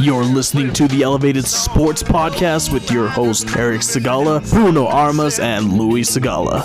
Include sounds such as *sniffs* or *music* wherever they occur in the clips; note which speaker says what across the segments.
Speaker 1: You're listening to the Elevated Sports Podcast with your hosts Eric Segala, Bruno Armas, and Louis Segala.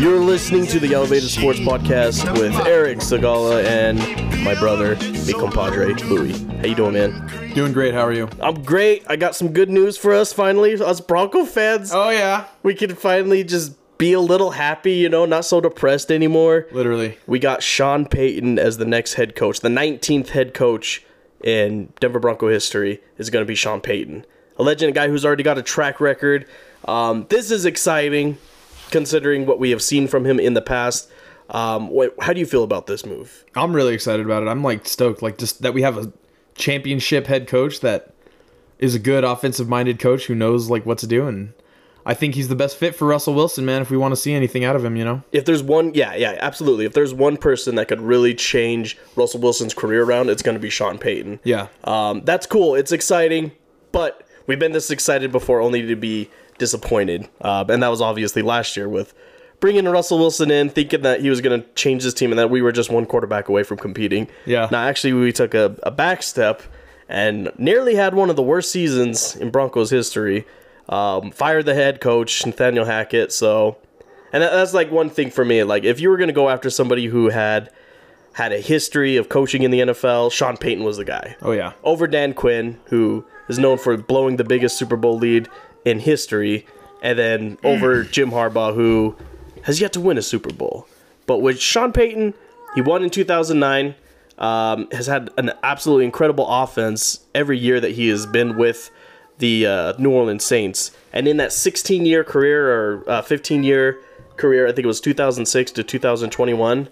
Speaker 2: You're listening to the Elevated Sports Podcast with Eric Sagala and my brother, mi compadre, Louis. How you doing, man?
Speaker 3: Doing great. How are you?
Speaker 2: I'm great. I got some good news for us finally. Us Bronco fans,
Speaker 3: Oh yeah,
Speaker 2: we can finally just be a little happy, you know, not so depressed anymore.
Speaker 3: literally.
Speaker 2: We got Sean Payton as the next head coach. The 19th head coach in Denver Bronco history is going to be Sean Payton. A legend, a guy who's already got a track record. Um, this is exciting considering what we have seen from him in the past. Um, wh- how do you feel about this move?
Speaker 3: I'm really excited about it. I'm like stoked. Like just that we have a championship head coach that is a good offensive-minded coach who knows like what to do, and I think he's the best fit for Russell Wilson, man. If we want to see anything out of him, you know.
Speaker 2: If there's one, yeah, yeah, absolutely. If there's one person that could really change Russell Wilson's career around, it's going to be Sean Payton.
Speaker 3: Yeah.
Speaker 2: Um, that's cool. It's exciting, but we've been this excited before only to be disappointed. Uh, and that was obviously last year with bringing Russell Wilson in, thinking that he was going to change this team and that we were just one quarterback away from competing.
Speaker 3: Yeah.
Speaker 2: Now, actually, we took a, a back step and nearly had one of the worst seasons in Broncos history. Um, fired the head coach, Nathaniel Hackett. So, and that, that's like one thing for me. Like, if you were going to go after somebody who had had a history of coaching in the NFL, Sean Payton was the guy
Speaker 3: Oh yeah.
Speaker 2: over Dan Quinn, who is known for blowing the biggest Super Bowl lead in history, and then over Jim Harbaugh, who has yet to win a Super Bowl. But with Sean Payton, he won in 2009, um, has had an absolutely incredible offense every year that he has been with the uh, New Orleans Saints. And in that 16 year career or 15 year career, I think it was 2006 to 2021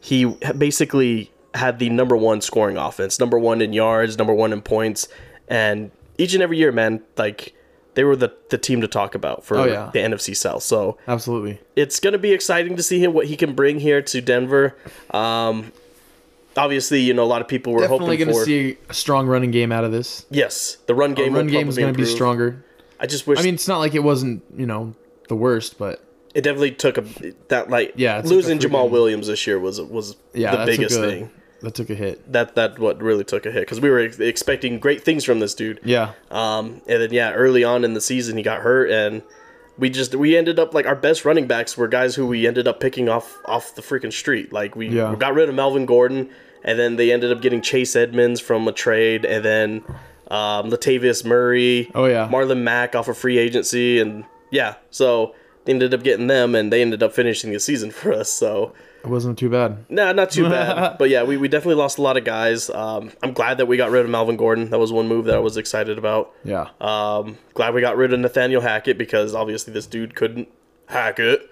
Speaker 2: he basically had the number one scoring offense, number one in yards, number one in points, and each and every year, man, like they were the, the team to talk about for
Speaker 3: Oh, yeah.
Speaker 2: the NFC South. So
Speaker 3: Absolutely.
Speaker 2: it's gonna be exciting to see him what he can bring here to Denver. Um, obviously, you know a lot of people were
Speaker 3: Definitely
Speaker 2: hoping
Speaker 3: going to
Speaker 2: for.
Speaker 3: see a strong running game out of this.
Speaker 2: yes, the run game. will
Speaker 3: Run game is
Speaker 2: probably
Speaker 3: going to be
Speaker 2: improve.
Speaker 3: stronger.
Speaker 2: I just wish.
Speaker 3: I mean, it's not like it wasn't, you know, the worst, but
Speaker 2: it definitely took a that like
Speaker 3: Yeah, it took a
Speaker 2: losing Jamal
Speaker 3: freaking-
Speaker 2: Williams this year was was
Speaker 3: yeah,
Speaker 2: the
Speaker 3: that
Speaker 2: biggest
Speaker 3: took a,
Speaker 2: thing.
Speaker 3: That took a hit.
Speaker 2: That that what really took a hit because we were ex- expecting great things from this dude.
Speaker 3: Yeah.
Speaker 2: Um, and then yeah, early on in the season he got hurt, and we just we ended up like our best running backs were guys who we ended up picking off off the freaking street. Like we,
Speaker 3: Yeah.
Speaker 2: we got rid of Melvin Gordon, and then they ended up getting Chase Edmonds from a trade, and then um, Latavius Murray.
Speaker 3: Oh, yeah.
Speaker 2: Marlon Mack off of free agency, and yeah, so they ended up getting them, and they ended up finishing the season *laughs* for us. So
Speaker 3: It wasn't too bad.
Speaker 2: Nah, not too
Speaker 3: *laughs*
Speaker 2: bad. but yeah, we, we definitely lost a lot of guys. Um, I'm glad that we got rid of Melvin Gordon. That was one move that I was excited about.
Speaker 3: Yeah.
Speaker 2: Um, glad we got rid of Nathaniel Hackett because obviously this dude couldn't hack it.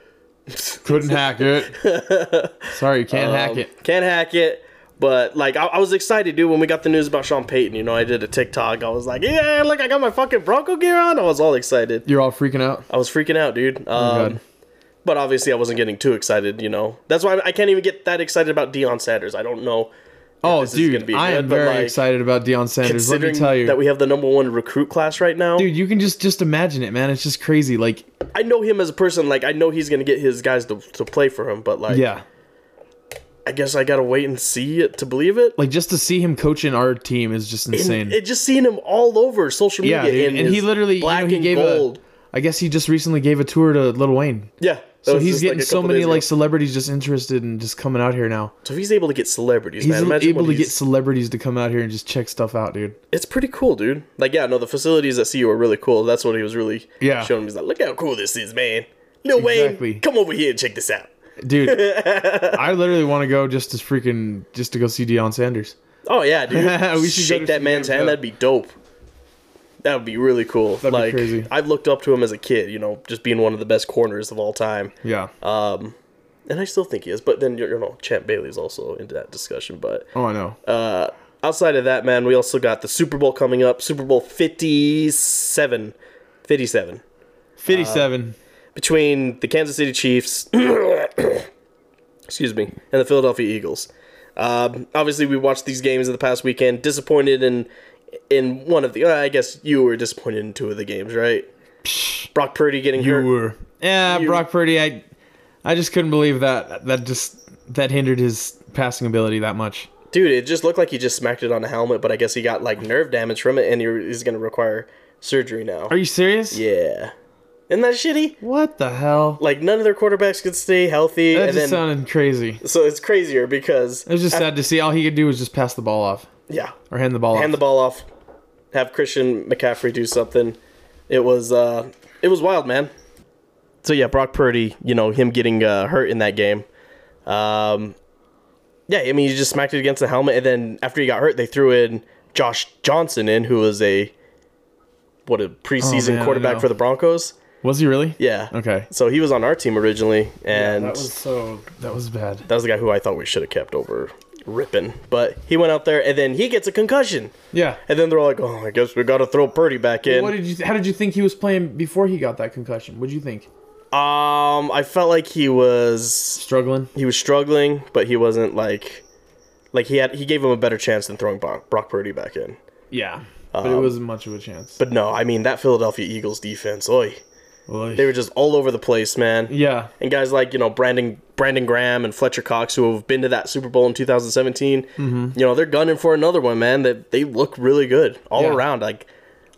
Speaker 3: Couldn't hack
Speaker 2: *laughs*
Speaker 3: it. Sorry, you
Speaker 2: Um,
Speaker 3: can't hack it.
Speaker 2: Can't hack it. But like, I, I was excited, dude, when we got the news about Sean Payton. You know, I did a TikTok. I was like, yeah, look, I got my fucking Bronco gear on. I was all excited.
Speaker 3: You're all freaking out.
Speaker 2: I was freaking out, dude. Um,
Speaker 3: Oh God.
Speaker 2: but obviously, I wasn't getting too excited. You know, that's why I, I can't even get that excited about Deion Sanders. I don't know.
Speaker 3: Oh,
Speaker 2: this is gonna
Speaker 3: dude,
Speaker 2: be
Speaker 3: I
Speaker 2: good,
Speaker 3: am
Speaker 2: but,
Speaker 3: very
Speaker 2: like,
Speaker 3: excited about Deion Sanders. Let me
Speaker 2: Considering
Speaker 3: tell you,
Speaker 2: that we have the number one recruit class right now,
Speaker 3: dude, you can just just imagine it, man. It's just crazy. Like,
Speaker 2: I know him as a person. Like, I know he's gonna get his guys to, to play for him. But like,
Speaker 3: yeah,
Speaker 2: I guess I gotta wait and see it to believe it.
Speaker 3: like just to see him coaching our team is just
Speaker 2: And
Speaker 3: insane.
Speaker 2: it just seen him all over social media.
Speaker 3: yeah, dude.
Speaker 2: in
Speaker 3: and he
Speaker 2: his
Speaker 3: literally, you know,
Speaker 2: black
Speaker 3: he
Speaker 2: and
Speaker 3: gave
Speaker 2: gold.
Speaker 3: a. I guess he just recently gave a tour to Lil Wayne.
Speaker 2: yeah, that
Speaker 3: So
Speaker 2: was
Speaker 3: he's
Speaker 2: just, like, a
Speaker 3: getting so
Speaker 2: couple
Speaker 3: many
Speaker 2: days ago.
Speaker 3: like celebrities just interested in just coming out here now.
Speaker 2: So if he's able to get celebrities,
Speaker 3: He's
Speaker 2: man, imagine
Speaker 3: able
Speaker 2: what
Speaker 3: to get
Speaker 2: he's-
Speaker 3: celebrities to come out here and just check stuff out, dude.
Speaker 2: It's pretty cool, dude. Like, yeah, no, the facilities at CU are really cool. That's what he was really
Speaker 3: Yeah.
Speaker 2: showing. me. He's like, look how cool this is, man. Lil
Speaker 3: Exactly.
Speaker 2: Wayne, come over here and check this out. *laughs*
Speaker 3: Dude, I literally want to go just to freaking just to go see Deion Sanders.
Speaker 2: Oh yeah, dude.
Speaker 3: *laughs* We should go
Speaker 2: Shake
Speaker 3: to
Speaker 2: that
Speaker 3: see
Speaker 2: man's
Speaker 3: him,
Speaker 2: hand.
Speaker 3: yeah.
Speaker 2: That'd be dope. That would be really cool.
Speaker 3: be
Speaker 2: like
Speaker 3: crazy.
Speaker 2: I've looked up to him as a kid, you know, just being one of the best corners of all time.
Speaker 3: Yeah.
Speaker 2: Um, and I still think he is. But then you know, Champ Bailey's also into that discussion. But
Speaker 3: oh, I know.
Speaker 2: uh, outside of that, man, we also got the Super Bowl coming up. Super Bowl 57. 57.
Speaker 3: 57.
Speaker 2: Between the Kansas City Chiefs, *coughs* excuse me, and the Philadelphia Eagles. Um, obviously, we watched these games in the past weekend. Disappointed in in one of the. uh, I guess you were disappointed in two of the games, right? Brock Purdy getting
Speaker 3: You
Speaker 2: hurt.
Speaker 3: were. Yeah,
Speaker 2: You-
Speaker 3: Brock Purdy. I, I just couldn't believe that that just that hindered his passing ability that much.
Speaker 2: Dude, it just looked like he just smacked it on a helmet, but I guess he got like nerve damage from it, and he- he's gonna require surgery now.
Speaker 3: Are you serious?
Speaker 2: yeah, isn't that shitty?
Speaker 3: What the hell?
Speaker 2: Like none of their quarterbacks could stay healthy,
Speaker 3: That
Speaker 2: and
Speaker 3: just
Speaker 2: then
Speaker 3: sounded crazy.
Speaker 2: so it's crazier because
Speaker 3: It was just sad to see. All he could do was just pass the ball off
Speaker 2: yeah,
Speaker 3: or hand the ball
Speaker 2: hand the
Speaker 3: off.
Speaker 2: ball off, have Christian McCaffrey do something. It was uh, it was wild, man. So yeah, Brock Purdy, you know him getting uh, hurt in that game. Um, yeah, I mean he just smacked it against the helmet, and then after he got hurt, they threw in Josh Johnson in, who was a what a preseason
Speaker 3: Oh, man, I
Speaker 2: quarterback
Speaker 3: know.
Speaker 2: for the Broncos.
Speaker 3: was he really?
Speaker 2: Yeah.
Speaker 3: Okay.
Speaker 2: So he was on our team originally, and
Speaker 3: that was so. That was bad.
Speaker 2: that was the guy who I thought we should have kept over ripping, but he went out there, and then he gets a concussion.
Speaker 3: Yeah.
Speaker 2: And then they're like, oh, I guess we got to throw Purdy back in.
Speaker 3: What did you? How did you think he was playing before he got that concussion? What did you think?
Speaker 2: um, I felt like he was
Speaker 3: Struggling.
Speaker 2: he was struggling, but he wasn't like like he had he gave him a better chance than throwing Brock, Brock Purdy back in.
Speaker 3: Yeah. but it wasn't much of a chance.
Speaker 2: Um, But no, I mean that Philadelphia Eagles defense, oi, they were just all over the place, man.
Speaker 3: yeah.
Speaker 2: And guys like you know Brandon Brandon Graham and Fletcher Cox, who have been to that Super Bowl in 2017,
Speaker 3: Mm-hmm.
Speaker 2: you know they're gunning for another one, man. That they, look really good all
Speaker 3: Yeah.
Speaker 2: around. Like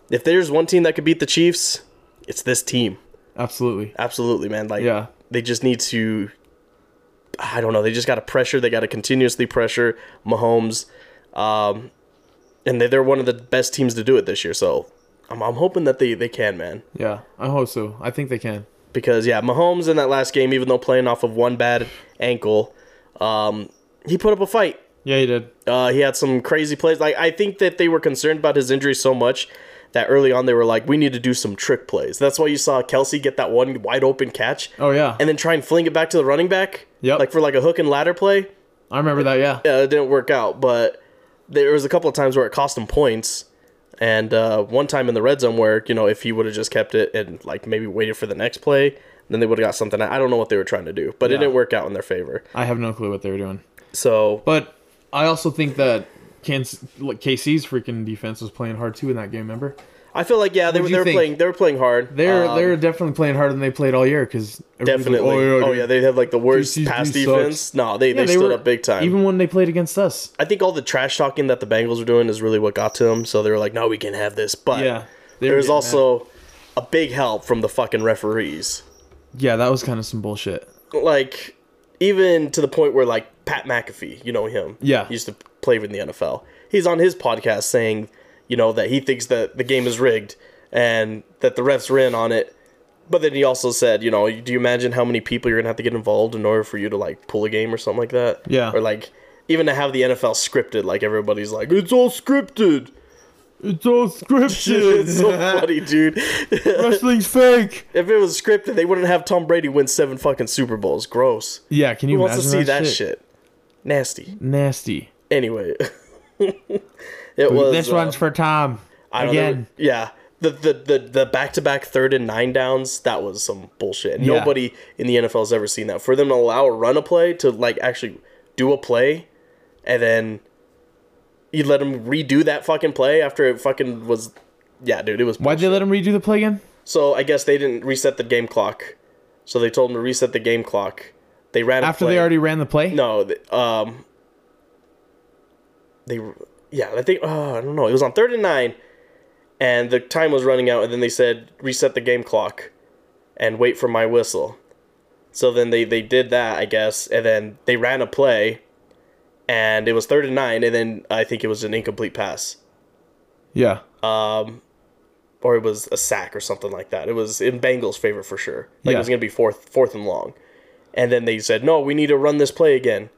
Speaker 2: if there's one team that could beat the Chiefs, it's this team.
Speaker 3: Absolutely.
Speaker 2: Absolutely, man. Like
Speaker 3: Yeah.
Speaker 2: they just need to I don't know, they just got to pressure, they got to continuously pressure Mahomes. Um and they they're one of the best teams to do it this year, so I'm, I'm hoping that they, they can, man.
Speaker 3: Yeah. I hope so. I think they can.
Speaker 2: Because yeah, Mahomes in that last game, even though playing off of one bad ankle, um, he put up a fight.
Speaker 3: Yeah, he did.
Speaker 2: Uh, he had some crazy plays. Like I think that they were concerned about his injury so much that early on they were like, we need to do some trick plays. That's why you saw Kelsey get that one wide open catch
Speaker 3: Oh yeah.
Speaker 2: and then try and fling it back to the running back.
Speaker 3: Yep.
Speaker 2: Like for like a hook and ladder play.
Speaker 3: I remember that. Yeah.
Speaker 2: Yeah, uh, it didn't work out, but there was a couple of times where it cost him points. And uh, one time in the red zone where, you know, if he would have just kept it and like maybe waited for the next play, then they would have got something. I don't know what they were trying to do, but it
Speaker 3: Yeah.
Speaker 2: didn't work out in their favor.
Speaker 3: I have no clue what they were doing.
Speaker 2: So,
Speaker 3: But I also think that Kansas, like KC's freaking defense was playing hard too in that game. Remember?
Speaker 2: I feel like yeah, they, were
Speaker 3: What'd
Speaker 2: they
Speaker 3: you
Speaker 2: were
Speaker 3: think?
Speaker 2: playing they were playing hard.
Speaker 3: They're
Speaker 2: Um,
Speaker 3: they're definitely playing harder than they played all year because
Speaker 2: definitely. oh, yeah, they have like the worst
Speaker 3: DC's
Speaker 2: pass
Speaker 3: sucks.
Speaker 2: defense. No, they, they, stood up big time.
Speaker 3: Even when they played against us.
Speaker 2: I think all the trash talking that the Bengals were doing is really what got to them. So they were like, no, we can have this. But
Speaker 3: Yeah. they were
Speaker 2: there's
Speaker 3: getting
Speaker 2: also a big help from the fucking referees.
Speaker 3: mad. yeah, that was kind of some bullshit.
Speaker 2: Like, even to the point where, like, Pat McAfee, you know him.
Speaker 3: Yeah.
Speaker 2: He used to play in the NFL. He's on his podcast saying, you know, that he thinks that the game is rigged and that the refs ran on it. But then he also said, you know, do you imagine how many people you're going to have to get involved in order for you to, like, pull a game or something like that?
Speaker 3: Yeah.
Speaker 2: Or, like, even to have the NFL scripted, like, everybody's like, it's all scripted. *laughs*
Speaker 3: It's all scripted.
Speaker 2: it's so
Speaker 3: *laughs*
Speaker 2: funny, dude.
Speaker 3: Wrestling's fake.
Speaker 2: If it was scripted, they wouldn't have Tom Brady win seven fucking Super Bowls. Gross.
Speaker 3: Yeah, can you
Speaker 2: Who wants
Speaker 3: imagine
Speaker 2: to see that,
Speaker 3: that
Speaker 2: shit? Nasty.
Speaker 3: Nasty.
Speaker 2: Anyway, *laughs* it was.
Speaker 3: this
Speaker 2: uh,
Speaker 3: one's for Tom.
Speaker 2: I don't
Speaker 3: Again.
Speaker 2: know. Yeah. The the the the back to back third and nine downs that was some bullshit.
Speaker 3: Yeah.
Speaker 2: Nobody in the NFL has ever seen that. For them to allow a run a play to like actually do a play, and then you let them redo that fucking play after it fucking was. Yeah, dude, it was.
Speaker 3: Why'd they let him redo the play again?
Speaker 2: So I guess they didn't reset the game clock. So they told him to reset the game clock. They ran a
Speaker 3: After
Speaker 2: play.
Speaker 3: they already ran the play?
Speaker 2: no. th- Um, they yeah. I think oh, I don't know. It was on third and nine, and the time was running out. And then they said reset the game clock, and wait for my whistle. So then they they did that I guess, and then they ran a play, and it was third and nine. And then I think it was an incomplete pass.
Speaker 3: Yeah.
Speaker 2: or it was a sack or something like that. It was in Bengals' favor for sure. Like it
Speaker 3: Yeah.
Speaker 2: was going to be fourth, fourth and long, and then they said, "No, we need to run this play again."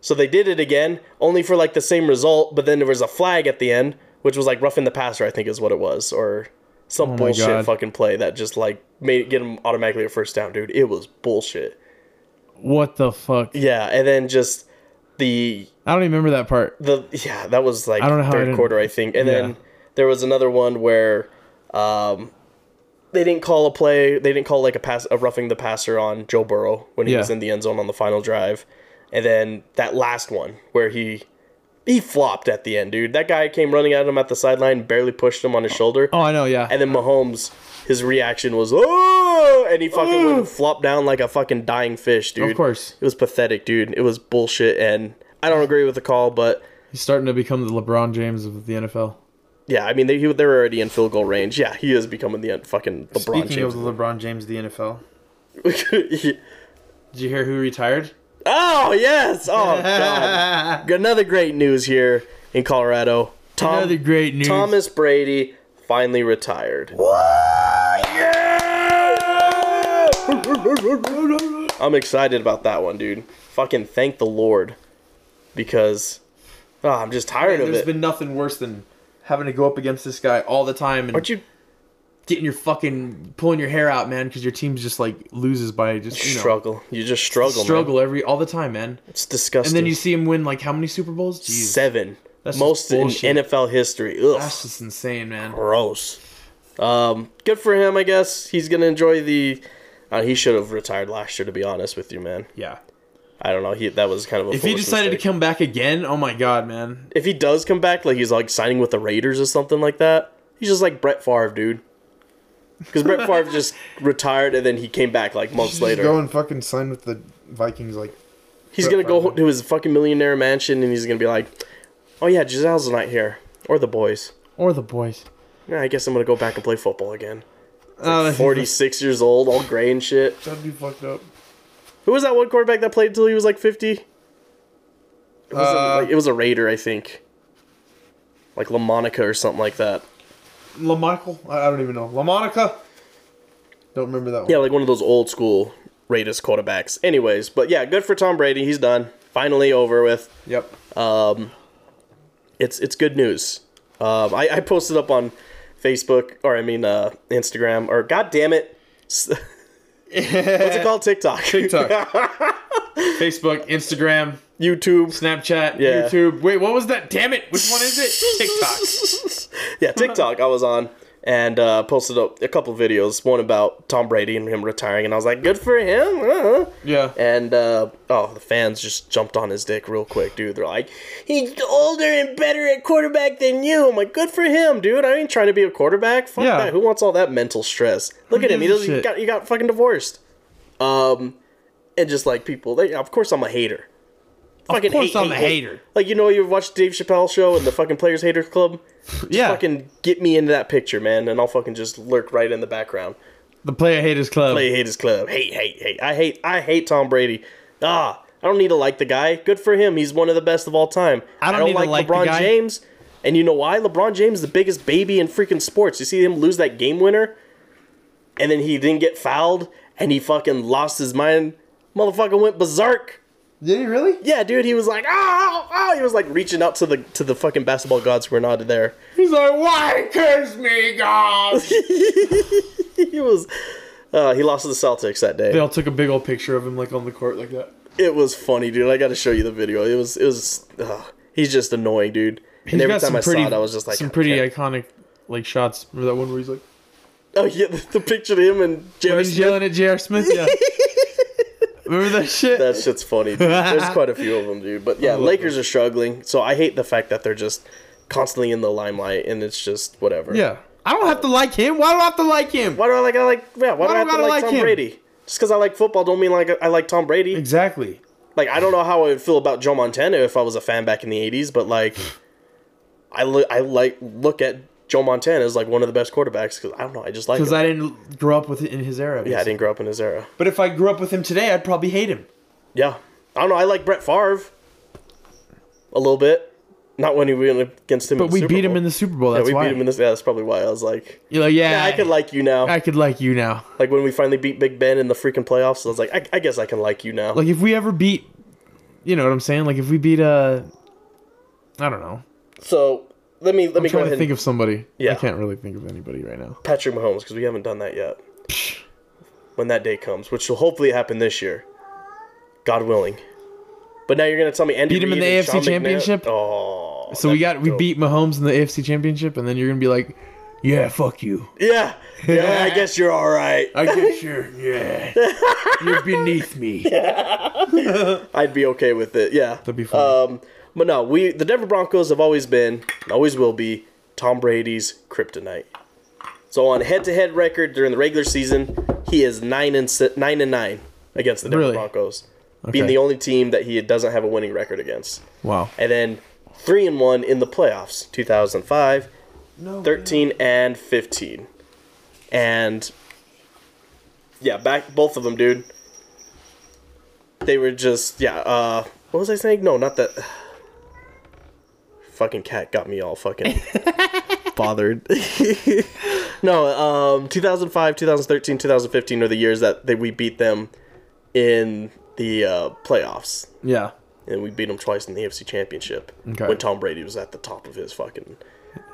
Speaker 2: So they did it again, only for like the same result. But then there was a flag at the end, which was like roughing the passer, I think is what it was, or some bullshit
Speaker 3: Oh God.
Speaker 2: fucking play that just like made it get him automatically a first down, dude. It was bullshit.
Speaker 3: What the fuck?
Speaker 2: Yeah, and then just the
Speaker 3: I don't even remember that part.
Speaker 2: the yeah that was like
Speaker 3: I don't know how I
Speaker 2: third
Speaker 3: didn't-
Speaker 2: quarter I think, and
Speaker 3: Yeah.
Speaker 2: then there was another one where um, they didn't call a play. They didn't call like a pass a roughing the passer on Joe Burrow when he
Speaker 3: Yeah.
Speaker 2: was in the end zone on the final drive, and then that last one where he he flopped at the end, dude. That guy came running at him at the sideline, barely pushed him on his shoulder,
Speaker 3: Oh, I know, yeah.
Speaker 2: and then Mahomes. His reaction was oh, and he fucking went and flopped down like a fucking dying fish, dude.
Speaker 3: Of course.
Speaker 2: It was pathetic, dude. It was bullshit, and I don't agree with the call, but
Speaker 3: He's starting to become the LeBron James of the NFL.
Speaker 2: Yeah, I mean they he, they're already in field goal range. Yeah, he is becoming the uh, fucking LeBron
Speaker 3: Speaking
Speaker 2: James.
Speaker 3: of the LeBron James of the NFL,
Speaker 2: Yeah.
Speaker 3: did you hear who retired?
Speaker 2: *laughs* oh yes! Oh
Speaker 3: *laughs*
Speaker 2: god! Another great news here in Colorado. Tom,
Speaker 3: Another great news.
Speaker 2: Thomas Brady finally retired. I'm excited about that one, dude. Fucking thank the Lord, because ah, I'm just tired
Speaker 3: There's
Speaker 2: of it.
Speaker 3: been nothing worse than having to go up against this guy all the time and
Speaker 2: Aren't you
Speaker 3: getting your fucking pulling your hair out, man, because your team's just like loses by just you know, struggle,
Speaker 2: struggle? You just struggle. man.
Speaker 3: every all the time, man.
Speaker 2: It's disgusting.
Speaker 3: And then you see him win like how many Super Bowls? Jeez,
Speaker 2: seven.
Speaker 3: That's
Speaker 2: Most
Speaker 3: just
Speaker 2: in
Speaker 3: bullshit.
Speaker 2: NFL history. Ugh,
Speaker 3: that's just insane, man.
Speaker 2: gross. Um, good for him, I guess. He's gonna enjoy the. Uh, he should have retired last year, to be honest with you, man.
Speaker 3: Yeah.
Speaker 2: I don't know. He that was kind of a.
Speaker 3: If he
Speaker 2: foolish
Speaker 3: decided
Speaker 2: mistake.
Speaker 3: to come back again, oh my god, man.
Speaker 2: if he does come back, like he's like signing with the Raiders or something like that, he's just like Brett Favre, dude. Because Brett
Speaker 3: *laughs*
Speaker 2: Favre just retired and then he came back like months
Speaker 4: Just
Speaker 2: later.
Speaker 4: go and fucking sign with the Vikings. Like,
Speaker 2: he's
Speaker 4: Brett
Speaker 2: gonna go
Speaker 4: Favre.
Speaker 2: to his fucking millionaire mansion and he's gonna be like, "Oh yeah, Giselle's not here, or the boys.
Speaker 3: Or the boys.
Speaker 2: Yeah, I guess I'm gonna go back and play football again."
Speaker 3: Oh,
Speaker 2: Forty six years old, all gray and shit.
Speaker 4: that'd be fucked up.
Speaker 2: Who was that one quarterback that played until he was like fifty? It was,
Speaker 3: Uh,
Speaker 2: a, like, it was a Raider, I think. Like LaMonica or something like that.
Speaker 4: LaMichael? I, I don't even know. LaMonica? Don't remember that one.
Speaker 2: Yeah, like one of those old school Raiders quarterbacks. Anyways, but yeah, good for Tom Brady. He's done. Finally over with.
Speaker 3: Yep.
Speaker 2: It's it's good news. Um, I, I posted up on Facebook or I mean uh, Instagram or God damn it, s- *laughs* what's it
Speaker 3: *laughs*
Speaker 2: called TikTok, *laughs*
Speaker 3: TikTok. Facebook, Instagram,
Speaker 2: YouTube.
Speaker 3: Snapchat,
Speaker 2: Yeah.
Speaker 3: YouTube. Wait, what was that? Damn it. Which one is it? TikTok.
Speaker 2: *laughs* Yeah, TikTok. I was on and uh, posted up a couple videos. One about Tom Brady and him retiring, and I was like, good for him. uh.
Speaker 3: Yeah.
Speaker 2: And uh, oh, the fans just jumped on his dick real quick, dude. They're like, he's older and better at quarterback than you. I'm like, good for him, dude. I ain't trying to be a quarterback. Fuck
Speaker 3: Yeah.
Speaker 2: that. Who wants all that mental stress? Look at him. He
Speaker 3: gives a
Speaker 2: doesn't. He
Speaker 3: shit?
Speaker 2: got, he got fucking divorced. Um, and just like people, they of course I'm a hater. Fucking
Speaker 3: course I'm a hater.
Speaker 2: Like you know, you've watched Dave Chappelle show and the fucking Players Haters Club.
Speaker 3: Yeah.
Speaker 2: Fucking get me into that picture, man, and I'll fucking just lurk right in the background.
Speaker 3: the Player Haters Club.
Speaker 2: Play Haters Club. Hate, hate, hate. I hate I hate Tom Brady. Ah, I don't need to like the guy. Good for him. He's one of the best of all time.
Speaker 3: I don't need to like the
Speaker 2: LeBron
Speaker 3: guy.
Speaker 2: James. And you know why? LeBron James is the biggest baby in freaking sports. You see him lose that game winner, and then he didn't get fouled, and he fucking lost his mind. Motherfucker went berserk.
Speaker 4: Did he really?
Speaker 2: Yeah, dude, he was like, ah, ah, he was like reaching out to the to the fucking basketball gods who were not there. *laughs*
Speaker 3: He's like, why kiss me, God?
Speaker 2: He was, uh, he lost to the Celtics that day.
Speaker 3: they all took a big old picture of him, like on the court, like that.
Speaker 2: It was funny, dude. I got to show you the video. It was it was. ugh. he's just annoying, dude. And
Speaker 3: He's
Speaker 2: every
Speaker 3: got
Speaker 2: time
Speaker 3: some
Speaker 2: I
Speaker 3: pretty,
Speaker 2: saw it, I was just like, "Oh,
Speaker 3: some
Speaker 2: "I
Speaker 3: pretty
Speaker 2: can't."
Speaker 3: iconic like shots. Remember that one where he's like,
Speaker 2: Oh yeah, the, the picture of him and J.R.
Speaker 3: he's
Speaker 2: Smith.
Speaker 3: yelling at J.R. Smith.
Speaker 2: *laughs*
Speaker 3: Yeah. Remember that shit?
Speaker 2: That shit's funny. Dude.
Speaker 3: *laughs*
Speaker 2: There's quite a few of them, dude. But yeah, Lakers are struggling. So I hate the fact that they're just constantly in the limelight, and it's just whatever.
Speaker 3: yeah. I don't have to like him. Why do I have to like him?
Speaker 2: Why do I like? I like. Yeah. Why, do I
Speaker 3: do
Speaker 2: have
Speaker 3: I
Speaker 2: to
Speaker 3: gotta
Speaker 2: like,
Speaker 3: like
Speaker 2: Tom
Speaker 3: him?
Speaker 2: Brady? Just because I like football, don't mean like I like Tom Brady.
Speaker 3: Exactly.
Speaker 2: like I don't know how I would feel about Joe Montana if I was a fan back in the '80s, but like, I look I like look at Joe Montana as like one of the best quarterbacks because I don't know I just like him.
Speaker 3: Because I didn't grow up with in his era.
Speaker 2: yeah, I didn't grow up in his era.
Speaker 3: But if I grew up with him today, I'd probably hate him.
Speaker 2: Yeah, I don't know. I like Brett Favre a little bit, not when he went against him.
Speaker 3: But we beat him in the
Speaker 2: this.
Speaker 3: Super Bowl.
Speaker 2: Yeah,
Speaker 3: That's
Speaker 2: we
Speaker 3: why.
Speaker 2: beat him in this. Yeah, that's probably why I was like,
Speaker 3: You're like, yeah,
Speaker 2: yeah, I could like you now.
Speaker 3: I could like you now.
Speaker 2: like when we finally beat Big Ben in the freaking playoffs, I was like, I, I guess I can like you now.
Speaker 3: Like if we ever beat, you know what I'm saying? Like if we beat uh, I don't know.
Speaker 2: so let me let
Speaker 3: I'm
Speaker 2: me go
Speaker 3: trying
Speaker 2: ahead
Speaker 3: to
Speaker 2: and
Speaker 3: think of somebody.
Speaker 2: Yeah.
Speaker 3: I can't really think of anybody right now.
Speaker 2: Patrick Mahomes because we haven't done that yet. When that day comes, which will hopefully happen this year, God willing. But now you're gonna tell me Andy
Speaker 3: Beat him in
Speaker 2: Reid
Speaker 3: the
Speaker 2: and
Speaker 3: AFC
Speaker 2: Sean McNair-
Speaker 3: Championship?
Speaker 2: Oh,
Speaker 3: So we got we
Speaker 2: dope.
Speaker 3: beat Mahomes in the AFC Championship, and then you're gonna be like, yeah, fuck you. *laughs*
Speaker 2: yeah, yeah. I guess you're all right. *laughs*
Speaker 3: I guess you're yeah. you're beneath me.
Speaker 2: I'd be okay with it. Yeah,
Speaker 3: That'd be funny.
Speaker 2: Um, but no, we the Denver Broncos have always been, and always will be, Tom Brady's kryptonite. So on head-to-head record during the regular season, he is nine and si- nine and nine against the Denver
Speaker 3: Really?
Speaker 2: Broncos, being
Speaker 3: Okay.
Speaker 2: the only team that he doesn't have a winning record against.
Speaker 3: Wow.
Speaker 2: And then 3 and 1 in the playoffs 2005,
Speaker 4: No.
Speaker 2: 13 and 15. And yeah, back both of them, dude. They were just yeah, uh what was I saying? No, not that *sighs* fucking cat got me all fucking bothered. *laughs* no, um 2005, 2013, 2015 are the years that they, we beat them in the uh playoffs
Speaker 3: Yeah.
Speaker 2: and we beat them twice in the AFC Championship
Speaker 3: Okay.
Speaker 2: when Tom Brady was at the top of his fucking,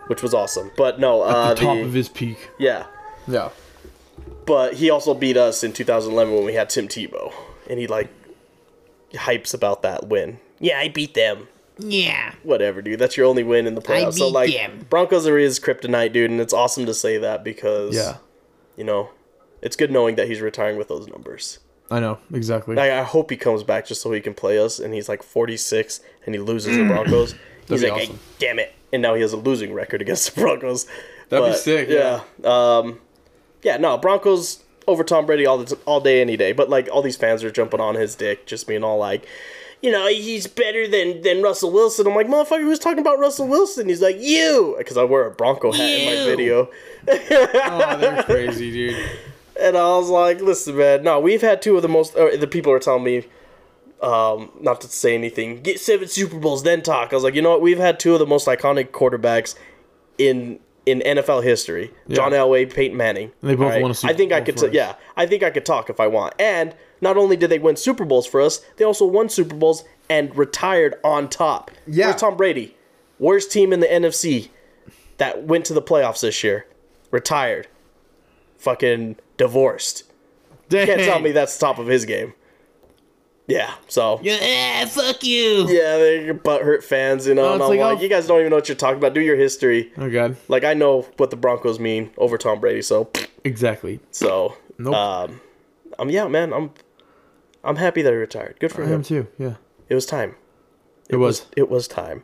Speaker 2: which was awesome. But no, uh,
Speaker 3: Top
Speaker 2: the-
Speaker 3: of his peak.
Speaker 2: yeah.
Speaker 3: Yeah.
Speaker 2: But he also beat us in 2011 when we had Tim Tebow, and he like hypes about that win. Yeah, I beat them.
Speaker 5: Yeah.
Speaker 2: Whatever, dude. That's your only win in the playoffs. so
Speaker 5: beat
Speaker 2: like,
Speaker 5: them.
Speaker 2: Broncos are his kryptonite, dude, and it's awesome to say that because
Speaker 3: Yeah.
Speaker 2: you know, it's good knowing that he's retiring with those numbers.
Speaker 3: I know exactly.
Speaker 2: Like, I hope he comes back just so he can play us. And he's like 46 and he loses the
Speaker 3: *laughs*
Speaker 2: Broncos. he's
Speaker 3: Mm. be
Speaker 2: like, "Hey,
Speaker 3: awesome.
Speaker 2: damn it. And now he has a losing record against the Broncos.
Speaker 3: That'd be sick, yeah.
Speaker 2: Yeah. Um, yeah, no, Broncos over Tom Brady all, the, all day, any day. But like all these fans are jumping on his dick, just being all like, you know, he's better than, than Russell Wilson. I'm like, motherfucker, who's talking about Russell Wilson? He's like, you. Because I wear a Bronco hat in my
Speaker 5: You.
Speaker 2: video.
Speaker 3: oh, they're
Speaker 2: *laughs*
Speaker 3: crazy, dude.
Speaker 2: And I was like, listen, man, no, we've had two of the most. Or the people are telling me, um, not to say anything, get seven Super Bowls, then talk. I was like, you know what? We've had two of the most iconic quarterbacks in in NFL history: John Elway, Peyton Manning.
Speaker 3: And they both
Speaker 2: Alright?
Speaker 3: won a Super
Speaker 2: I think I
Speaker 3: Bowl
Speaker 2: could.
Speaker 3: for
Speaker 2: T-
Speaker 3: us.
Speaker 2: yeah, I think I could talk if I want. And not only did they win Super Bowls for us, they also won Super Bowls and retired on top.
Speaker 4: Yeah.
Speaker 2: Where's Tom Brady? Worst team in the NFC that went to the playoffs this year, retired, fucking divorced.
Speaker 3: Dang.
Speaker 2: Can't tell me that's the top of his game. Yeah, so yeah,
Speaker 3: eh,
Speaker 5: Yeah, fuck you.
Speaker 2: they're butthurt fans, you know.
Speaker 3: Oh,
Speaker 2: and
Speaker 3: it's
Speaker 2: I'm like,
Speaker 3: like, oh.
Speaker 2: you guys don't even know what you're talking about. Do your history.
Speaker 3: Oh god.
Speaker 2: Like I know what the Broncos mean over Tom Brady, so *sniffs*
Speaker 3: Exactly.
Speaker 2: so
Speaker 3: Nope.
Speaker 2: um, I'm yeah, man. I'm I'm happy that he retired. Good for
Speaker 3: I
Speaker 2: him.
Speaker 3: am too. Yeah.
Speaker 2: It was time.
Speaker 3: It was.
Speaker 2: It was time.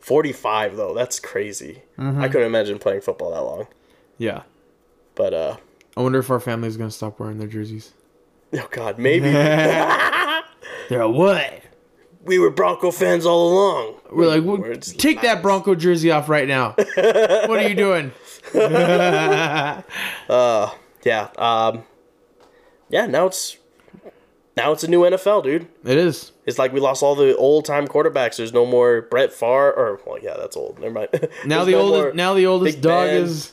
Speaker 2: 45 though, that's crazy.
Speaker 3: Mm-hmm.
Speaker 2: I couldn't imagine playing football that long.
Speaker 3: Yeah.
Speaker 2: But uh, *laughs*
Speaker 3: I wonder if our family's gonna stop wearing their jerseys.
Speaker 2: oh god, maybe
Speaker 3: Yeah. What?
Speaker 2: we were Bronco fans all along.
Speaker 3: We're like, well,
Speaker 2: Words
Speaker 3: take that Bronco jersey off
Speaker 2: *laughs*
Speaker 3: right now. what are you doing?
Speaker 2: Yeah. Um, yeah. Now it's now it's a new NFL, dude.
Speaker 3: It is.
Speaker 2: It's like we lost all the old time quarterbacks. There's no more Brett Favre, or well, yeah, that's old. Never mind. *laughs*
Speaker 3: Now
Speaker 2: There's
Speaker 3: the
Speaker 2: no more-
Speaker 3: oldest. Now the oldest
Speaker 2: Big
Speaker 3: dog
Speaker 2: Ben.
Speaker 3: is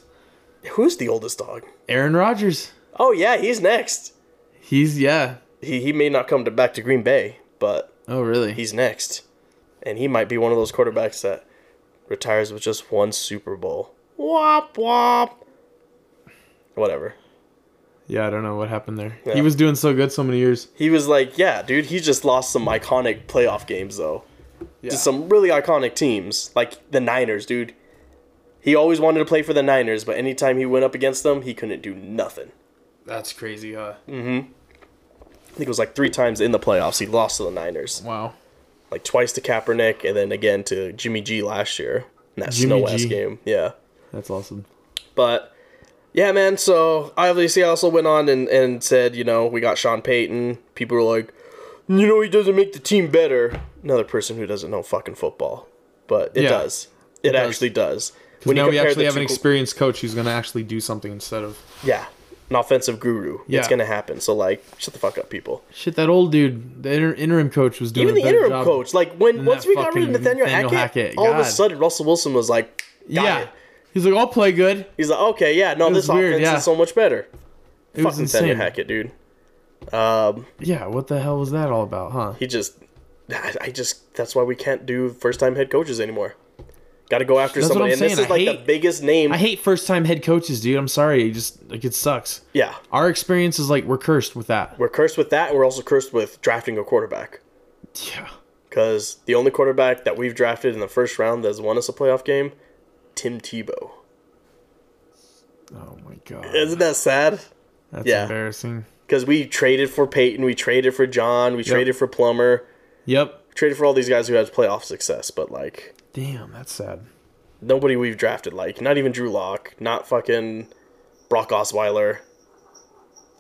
Speaker 2: who's the oldest dog?
Speaker 3: Aaron Rodgers.
Speaker 2: Oh yeah, he's next.
Speaker 3: He's yeah.
Speaker 2: He he may not come to back to Green Bay, but
Speaker 3: Oh really?
Speaker 2: he's next, and he might be one of those quarterbacks that retires with just one Super Bowl. Wop wop. Whatever.
Speaker 3: yeah. I don't know what happened there.
Speaker 2: Yeah.
Speaker 3: He was doing so good so many years.
Speaker 2: He was like, yeah, dude, he just lost some iconic playoff games though.
Speaker 3: Yeah.
Speaker 2: to some really iconic teams, like the Niners, dude. He always wanted to play for the Niners, but anytime he went up against them, he couldn't do nothing.
Speaker 3: That's crazy. Huh?
Speaker 2: I think it was like three times in the playoffs he lost to the Niners,
Speaker 3: Wow.
Speaker 2: like twice to Kaepernick, and then again to Jimmy G last year in that
Speaker 3: Jimmy
Speaker 2: snow ass
Speaker 3: G.
Speaker 2: game. Yeah,
Speaker 3: That's awesome.
Speaker 2: but yeah, man. So obviously, I also went on and and said, you know, we got Sean Payton. People were like, you know, he doesn't make the team better. Another person who doesn't know fucking football, but it
Speaker 3: Yeah.
Speaker 2: does. It,
Speaker 3: does.
Speaker 2: actually does.
Speaker 3: When now we
Speaker 2: compare
Speaker 3: actually
Speaker 2: the
Speaker 3: have an
Speaker 2: two-
Speaker 3: experienced coach who's gonna actually do something instead of
Speaker 2: Yeah. An offensive guru. It's
Speaker 3: Yeah.
Speaker 2: gonna happen. So like, shut the fuck up, people.
Speaker 3: shit. That old dude, the inter- interim coach, was doing
Speaker 2: Even the
Speaker 3: a better
Speaker 2: interim
Speaker 3: job.
Speaker 2: coach, like when
Speaker 3: than
Speaker 2: once
Speaker 3: that
Speaker 2: we got rid of
Speaker 3: fucking
Speaker 2: Nathaniel Hackett,
Speaker 3: Nathaniel Hackett,
Speaker 2: all of a
Speaker 3: God.
Speaker 2: sudden Russell Wilson was like, got
Speaker 3: Yeah.
Speaker 2: it.
Speaker 3: He's like, I'll play good.
Speaker 2: He's like, okay, yeah, no,
Speaker 3: It was
Speaker 2: this
Speaker 3: weird,
Speaker 2: offense
Speaker 3: yeah.
Speaker 2: is so much better.
Speaker 3: It
Speaker 2: Fuck
Speaker 3: was
Speaker 2: Nathaniel
Speaker 3: insane.
Speaker 2: Hackett, dude. Um,
Speaker 3: Yeah, what the hell was that all about, huh?
Speaker 2: he just, I, I just, that's why we can't do first time head coaches anymore. Got to go after
Speaker 3: That's what
Speaker 2: somebody,
Speaker 3: I'm
Speaker 2: and this
Speaker 3: saying,
Speaker 2: is
Speaker 3: I
Speaker 2: like the
Speaker 3: hate-
Speaker 2: biggest name.
Speaker 3: I hate first time head coaches, dude. I'm sorry. You just like it sucks.
Speaker 2: yeah,
Speaker 3: Our experience is like we're cursed with that. *laughs*
Speaker 2: we're cursed with that, and we're also cursed with drafting a quarterback.
Speaker 3: Yeah.
Speaker 2: Because the only quarterback that we've drafted in the first round that's won us a playoff game, Tim Tebow.
Speaker 3: Oh my god.
Speaker 2: Isn't that sad?
Speaker 3: That's
Speaker 2: yeah.
Speaker 3: embarrassing.
Speaker 2: Because we traded for Peyton, we traded for John, we traded for Plummer,
Speaker 3: Yep.
Speaker 2: traded for all these guys who had playoff success, but like
Speaker 3: Damn, that's sad.
Speaker 2: nobody we've drafted, like not even Drew Lock, not fucking Brock Osweiler.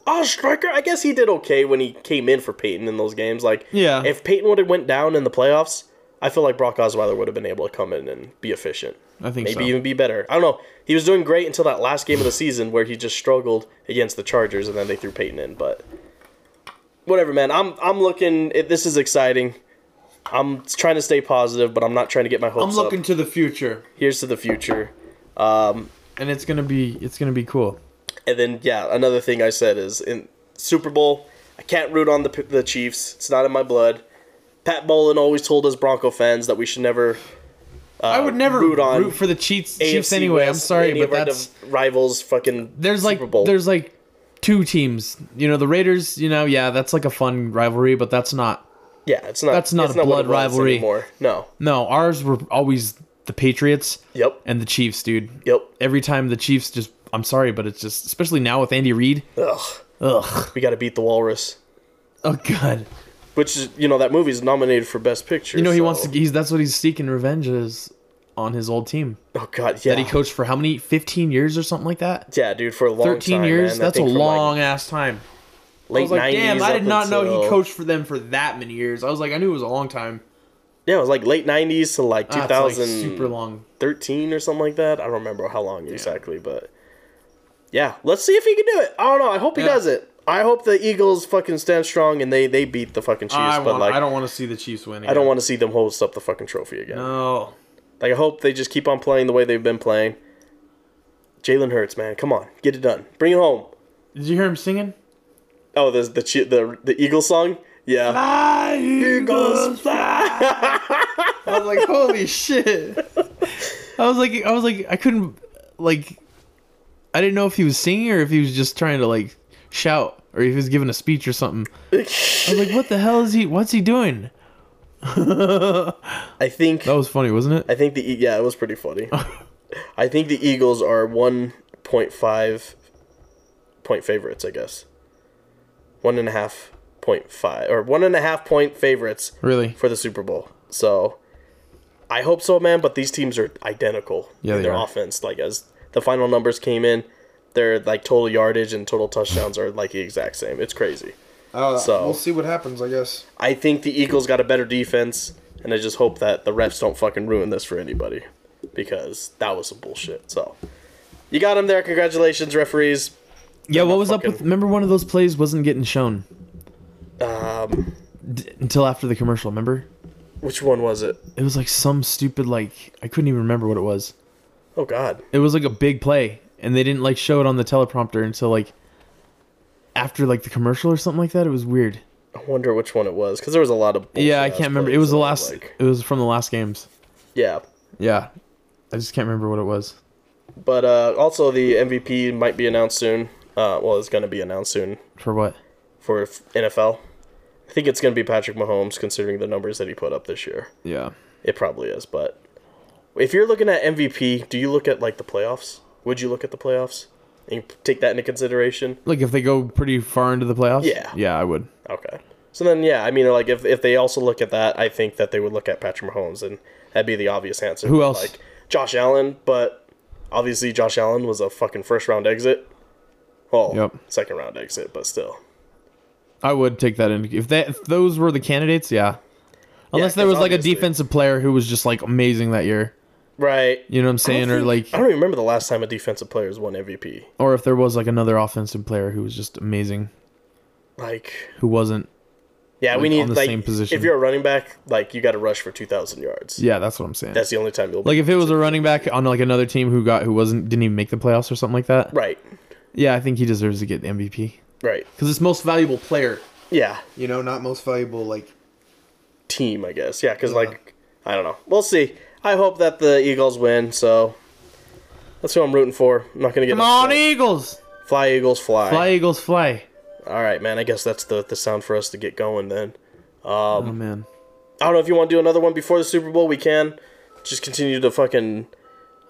Speaker 2: Oh, Striker, I guess he did okay when he came in for Peyton in those games. Like,
Speaker 3: Yeah.
Speaker 2: if Peyton would have went down in the playoffs, I feel like Brock Osweiler would have been able to come in and be efficient.
Speaker 3: I think
Speaker 2: Maybe
Speaker 3: so.
Speaker 2: even be better. I don't know. He was doing great until that last game of the season where he just struggled against the Chargers, and then they threw Peyton in. But whatever, man. I'm I'm looking. It, this is exciting. I'm trying to stay positive, but I'm not trying to get my hopes
Speaker 3: I'm looking
Speaker 2: up.
Speaker 3: to the future,
Speaker 2: Here's to the future.
Speaker 3: and it's gonna be it's gonna be cool.
Speaker 2: And then yeah, another thing I said is in Super Bowl, I can't root on the P- the Chiefs. It's not in my blood. Pat Bolin always told us Bronco fans that we should never
Speaker 3: I would never
Speaker 2: Uh, root
Speaker 3: root,
Speaker 2: on
Speaker 3: for the Chiefs,
Speaker 2: AFC
Speaker 3: Chiefs anyway. I'm
Speaker 2: West,
Speaker 3: sorry,
Speaker 2: any
Speaker 3: but
Speaker 2: of our
Speaker 3: that's
Speaker 2: div- rivals. Fucking
Speaker 3: there's like
Speaker 2: Super Bowl.
Speaker 3: there's like two teams. You know, the Raiders. You know, yeah, that's like a fun rivalry, but that's not.
Speaker 2: yeah, it's not
Speaker 3: that's not
Speaker 2: it's
Speaker 3: a
Speaker 2: what it
Speaker 3: blood
Speaker 2: was
Speaker 3: rivalry.
Speaker 2: anymore. No.
Speaker 3: No, ours were always the Patriots
Speaker 2: Yep.
Speaker 3: and the Chiefs, dude.
Speaker 2: Yep.
Speaker 3: Every time the Chiefs just. I'm sorry, but it's just especially now with Andy Reid.
Speaker 2: Ugh.
Speaker 3: Ugh.
Speaker 2: We got to beat the Walrus,
Speaker 3: Oh God.
Speaker 2: which is you know that movie's nominated for best picture.
Speaker 3: You know he wants to. He's that's what he's seeking revenge is on his old team
Speaker 2: Oh god, yeah.
Speaker 3: that he coached for how many? 15 years or something like that.
Speaker 2: yeah, dude, for a long
Speaker 3: 13
Speaker 2: time,
Speaker 3: years.
Speaker 2: man. I
Speaker 3: That's a
Speaker 2: think from, like,
Speaker 3: long ass time. I
Speaker 2: late
Speaker 3: was like,
Speaker 2: 90s
Speaker 3: damn, I
Speaker 2: up
Speaker 3: did not know he
Speaker 2: until-
Speaker 3: coached for them for that many years. I was like, I knew it was a long time.
Speaker 2: Yeah, it was like late '90s to like
Speaker 3: Ah, it's, like,
Speaker 2: 2000,
Speaker 3: super long.
Speaker 2: 13 or something like that. I don't remember how long exactly, but yeah, let's see if he can do it. I don't know. I hope he
Speaker 3: Yeah.
Speaker 2: does it. I hope the Eagles fucking stand strong and they they beat the fucking Chiefs.
Speaker 3: I,
Speaker 2: but
Speaker 3: want,
Speaker 2: like,
Speaker 3: I don't want to see the Chiefs win. Again.
Speaker 2: I don't want to see them host up the fucking trophy again.
Speaker 3: No.
Speaker 2: Like I hope they just keep on playing the way they've been playing. Jalen Hurts, man, come on, get it done, bring it home.
Speaker 3: Did you hear him singing?
Speaker 2: Oh, the the Chi- the the Eagles song, yeah.
Speaker 3: *laughs*
Speaker 2: Eagles fly.
Speaker 3: I was like, holy shit. I was like, I was like, I couldn't, like, I didn't know if he was singing or if he was just trying to like shout or if he was giving a speech or something. I was like, what the hell is he? What's he doing?
Speaker 2: I think
Speaker 3: That was funny, wasn't it?
Speaker 2: I think the E- yeah, it was pretty funny. I think the Eagles are 1.5 point favorites, I guess. One and a half point five or one and a half point favorites
Speaker 3: Really?
Speaker 2: for the Super Bowl. So I hope so, man. But these teams are identical
Speaker 3: Yeah,
Speaker 2: in
Speaker 3: they
Speaker 2: their
Speaker 3: are.
Speaker 2: offense. Like as the final numbers came in, their like total yardage and total touchdowns are like the exact same. It's crazy.
Speaker 4: Uh,
Speaker 2: So-
Speaker 4: We'll see what happens, I guess.
Speaker 2: I think the Eagles got a better defense, and I just hope that the refs don't fucking ruin this for anybody because that was some bullshit. So you got him there. Congratulations, referees.
Speaker 3: Yeah. What was up
Speaker 2: fucking-
Speaker 3: with? Remember one of those plays wasn't getting shown
Speaker 2: Um,
Speaker 3: d- until after the commercial. Remember?
Speaker 2: which one was it?
Speaker 3: It was like some stupid like I couldn't even remember what it was.
Speaker 2: Oh God,
Speaker 3: It was like a big play, and they didn't like show it on the teleprompter until like after like the commercial or something like that. It was weird.
Speaker 2: I wonder which one it was because there was a lot of.
Speaker 3: Yeah, I
Speaker 2: bullshit-ass
Speaker 3: can't remember. It
Speaker 2: plays
Speaker 3: was the
Speaker 2: that I
Speaker 3: last.
Speaker 2: like.
Speaker 3: It was from the last games.
Speaker 2: Yeah,
Speaker 3: Yeah, I just can't remember what it was.
Speaker 2: but uh, also the MVP might be announced soon. Uh, well, it's gonna be announced soon
Speaker 3: For what?
Speaker 2: for f- NFL. I think it's gonna be Patrick Mahomes, considering the numbers that he put up this year.
Speaker 3: Yeah.
Speaker 2: It probably is, but if you're looking at MVP, do you look at like the playoffs? Would you look at the playoffs and take that into consideration?
Speaker 3: Like if they go pretty far into the playoffs.
Speaker 2: Yeah.
Speaker 3: Yeah, I would.
Speaker 2: Okay. So then, yeah, I mean, like if, if they also look at that, I think that they would look at Patrick Mahomes, and that'd be the obvious answer.
Speaker 3: Who else?
Speaker 2: Like Josh Allen, but obviously Josh Allen was a fucking first round exit. Well,
Speaker 3: Yep.
Speaker 2: second round exit, but still.
Speaker 3: I would take that in. If that if those were the candidates, yeah. Unless there
Speaker 2: 'cause
Speaker 3: was like a
Speaker 2: obviously-
Speaker 3: defensive player who was just like amazing that year.
Speaker 2: Right.
Speaker 3: You know what I'm saying? Or like,
Speaker 2: I don't even remember the last time a defensive player has won MVP.
Speaker 3: or if there was like another offensive player who was just amazing,
Speaker 2: Like,
Speaker 3: who wasn't.
Speaker 2: yeah, we
Speaker 3: Like,
Speaker 2: need
Speaker 3: on the
Speaker 2: like
Speaker 3: same position.
Speaker 2: if you're a running back, like you got to rush for two thousand yards.
Speaker 3: Yeah, that's what I'm saying.
Speaker 2: That's the only time you'll
Speaker 3: like if it was a running back on like another team who got who wasn't didn't even make the playoffs or something like that.
Speaker 2: Right.
Speaker 3: Yeah, I think he deserves to get the MVP
Speaker 2: Right.
Speaker 3: because it's most valuable player.
Speaker 2: Yeah.
Speaker 4: You know, not most valuable, like,
Speaker 2: Team, I guess. Yeah, because like I don't know. We'll see. I hope that the Eagles win. So that's who I'm rooting for. I'm not gonna get
Speaker 3: Come on,
Speaker 2: upset.
Speaker 3: Eagles!
Speaker 2: Fly Eagles, fly.
Speaker 3: Fly, Eagles, fly!
Speaker 2: All right, man. I guess that's the the sound for us to get going then.
Speaker 3: oh man,
Speaker 2: I don't know if you want to do another one before the Super Bowl. We can. Just continue to fucking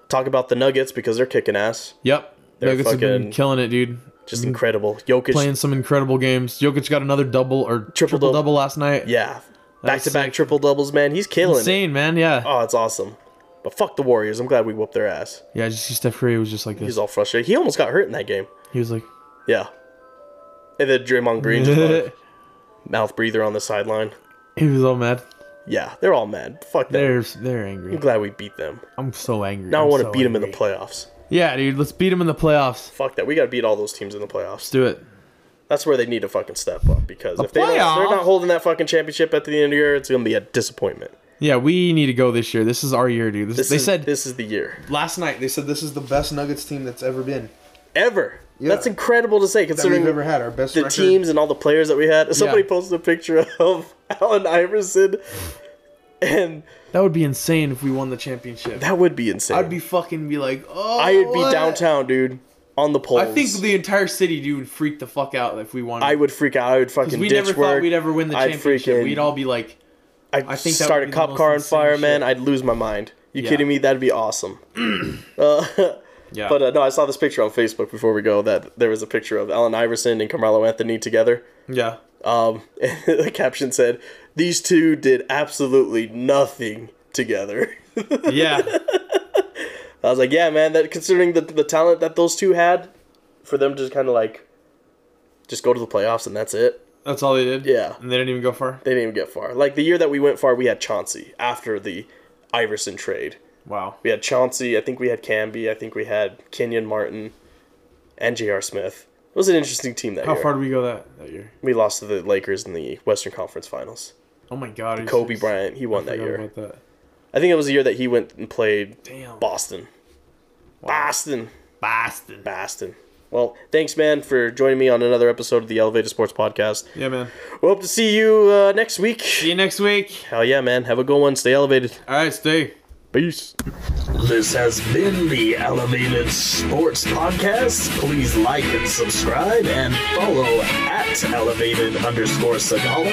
Speaker 2: talk about the Nuggets because they're kicking ass.
Speaker 3: yep.
Speaker 2: They're
Speaker 3: Nuggets have
Speaker 2: fucking-
Speaker 3: been killing it, dude.
Speaker 2: Just incredible. Jokic.
Speaker 3: Mm-hmm. Playing some incredible games. Jokic got another double or triple,
Speaker 2: double.
Speaker 3: double. last night.
Speaker 2: Yeah. Back to back
Speaker 3: sick.
Speaker 2: triple doubles, man. He's killing it.
Speaker 3: insane, man. Yeah,
Speaker 2: Oh, it's awesome. But fuck the Warriors. I'm glad we whooped their ass.
Speaker 3: yeah. Just Steph Curry was just like
Speaker 2: He's
Speaker 3: this.
Speaker 2: all frustrated. He almost got hurt in that game.
Speaker 3: He was like,
Speaker 2: Yeah.
Speaker 3: *laughs*
Speaker 2: And then Draymond Green just like,
Speaker 3: he
Speaker 2: mouth breather on the sideline.
Speaker 3: was all mad.
Speaker 2: Yeah, they're all mad. Fuck them.
Speaker 3: They're they're angry.
Speaker 2: I'm glad we beat them.
Speaker 3: I'm so angry.
Speaker 2: Now i
Speaker 3: I'm
Speaker 2: want to
Speaker 3: so
Speaker 2: beat them in the
Speaker 3: angry.
Speaker 2: playoffs.
Speaker 3: Yeah, dude, let's beat them in the playoffs.
Speaker 2: Fuck that. We got to beat all those teams in the playoffs.
Speaker 3: Let's do it.
Speaker 2: That's where they need to fucking step up because if they don't, if they're
Speaker 3: playoffs?
Speaker 2: not holding that fucking championship at the end of the year, it's gonna be a disappointment.
Speaker 3: Yeah, we need to go this year. This is our year, dude. This,
Speaker 2: This
Speaker 3: they
Speaker 2: is,
Speaker 3: said
Speaker 2: this is the year
Speaker 4: Last night they said this is the best Nuggets team that's ever been
Speaker 2: ever.
Speaker 4: Yeah.
Speaker 2: That's incredible to say
Speaker 4: that we've
Speaker 2: considering
Speaker 4: ever had. Our best
Speaker 2: the
Speaker 4: record.
Speaker 2: teams and all the players that we had. Somebody
Speaker 3: Yeah.
Speaker 2: posted a picture *laughs* of Allen Iverson, and
Speaker 3: that would be insane if we won the championship.
Speaker 2: that would be insane.
Speaker 3: I'd be fucking be like, oh,
Speaker 2: I would be
Speaker 3: what?
Speaker 2: downtown, dude, on the poles.
Speaker 3: I think the entire city, dude, would freak the fuck out if we won.
Speaker 2: I would freak out. I would fucking
Speaker 3: Because we
Speaker 2: ditch
Speaker 3: never
Speaker 2: work.
Speaker 3: thought we'd ever win the
Speaker 2: I'd
Speaker 3: championship.
Speaker 2: freaking-
Speaker 3: We'd all be like,
Speaker 2: I'd
Speaker 3: I think that
Speaker 2: start
Speaker 3: would
Speaker 2: a
Speaker 3: be the
Speaker 2: cop
Speaker 3: most
Speaker 2: car on
Speaker 3: insane
Speaker 2: fire, man.
Speaker 3: shit.
Speaker 2: I'd lose my mind. You
Speaker 3: Yeah.
Speaker 2: kidding me? That'd be awesome. uh,
Speaker 3: yeah.
Speaker 2: But uh, no, I saw this picture on Facebook before we go that there was a picture of Allen Iverson and Carmelo Anthony together.
Speaker 3: yeah.
Speaker 2: Um, *laughs* and the caption said, "These two did absolutely nothing together." *laughs*
Speaker 3: Yeah.
Speaker 2: I was like, "Yeah, man. That considering the the talent that those two had, for them to just kind of like, just go to the playoffs and that's it.
Speaker 3: That's all they did?
Speaker 2: Yeah.
Speaker 3: And they didn't even go far?
Speaker 2: They didn't even get far. Like the year that we went far, we had Chauncey after the Iverson trade.
Speaker 3: Wow.
Speaker 2: We had Chauncey. I think we had Camby. I think we had Kenyon Martin, and J.R. Smith. It was an interesting team that
Speaker 3: How
Speaker 2: year.
Speaker 3: far did we go that, that year?
Speaker 2: We lost to the Lakers in the Western Conference Finals.
Speaker 3: Oh my god. it's-
Speaker 2: Kobe
Speaker 3: it's-
Speaker 2: Bryant, he won that
Speaker 3: forgot
Speaker 2: year.
Speaker 3: about that.
Speaker 2: I think it was the year that he went and played
Speaker 3: Damn.
Speaker 2: Boston. Boston.
Speaker 5: Boston.
Speaker 2: Boston. Well, thanks, man, for joining me on another episode of the Elevated Sports Podcast.
Speaker 3: Yeah, man.
Speaker 2: We hope to see you uh, next week.
Speaker 3: See you next week.
Speaker 2: Hell yeah, man. Have a good one. Stay elevated.
Speaker 3: All right, stay.
Speaker 2: Peace.
Speaker 1: This has been the Elevated Sports Podcast. Please like and subscribe and follow at elevated underscore Sagala,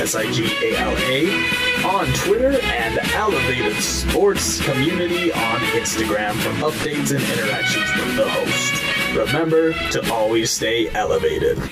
Speaker 1: S I G A L A, on Twitter and Elevated Sports Community on Instagram for updates and interactions with the host. Remember to always stay elevated.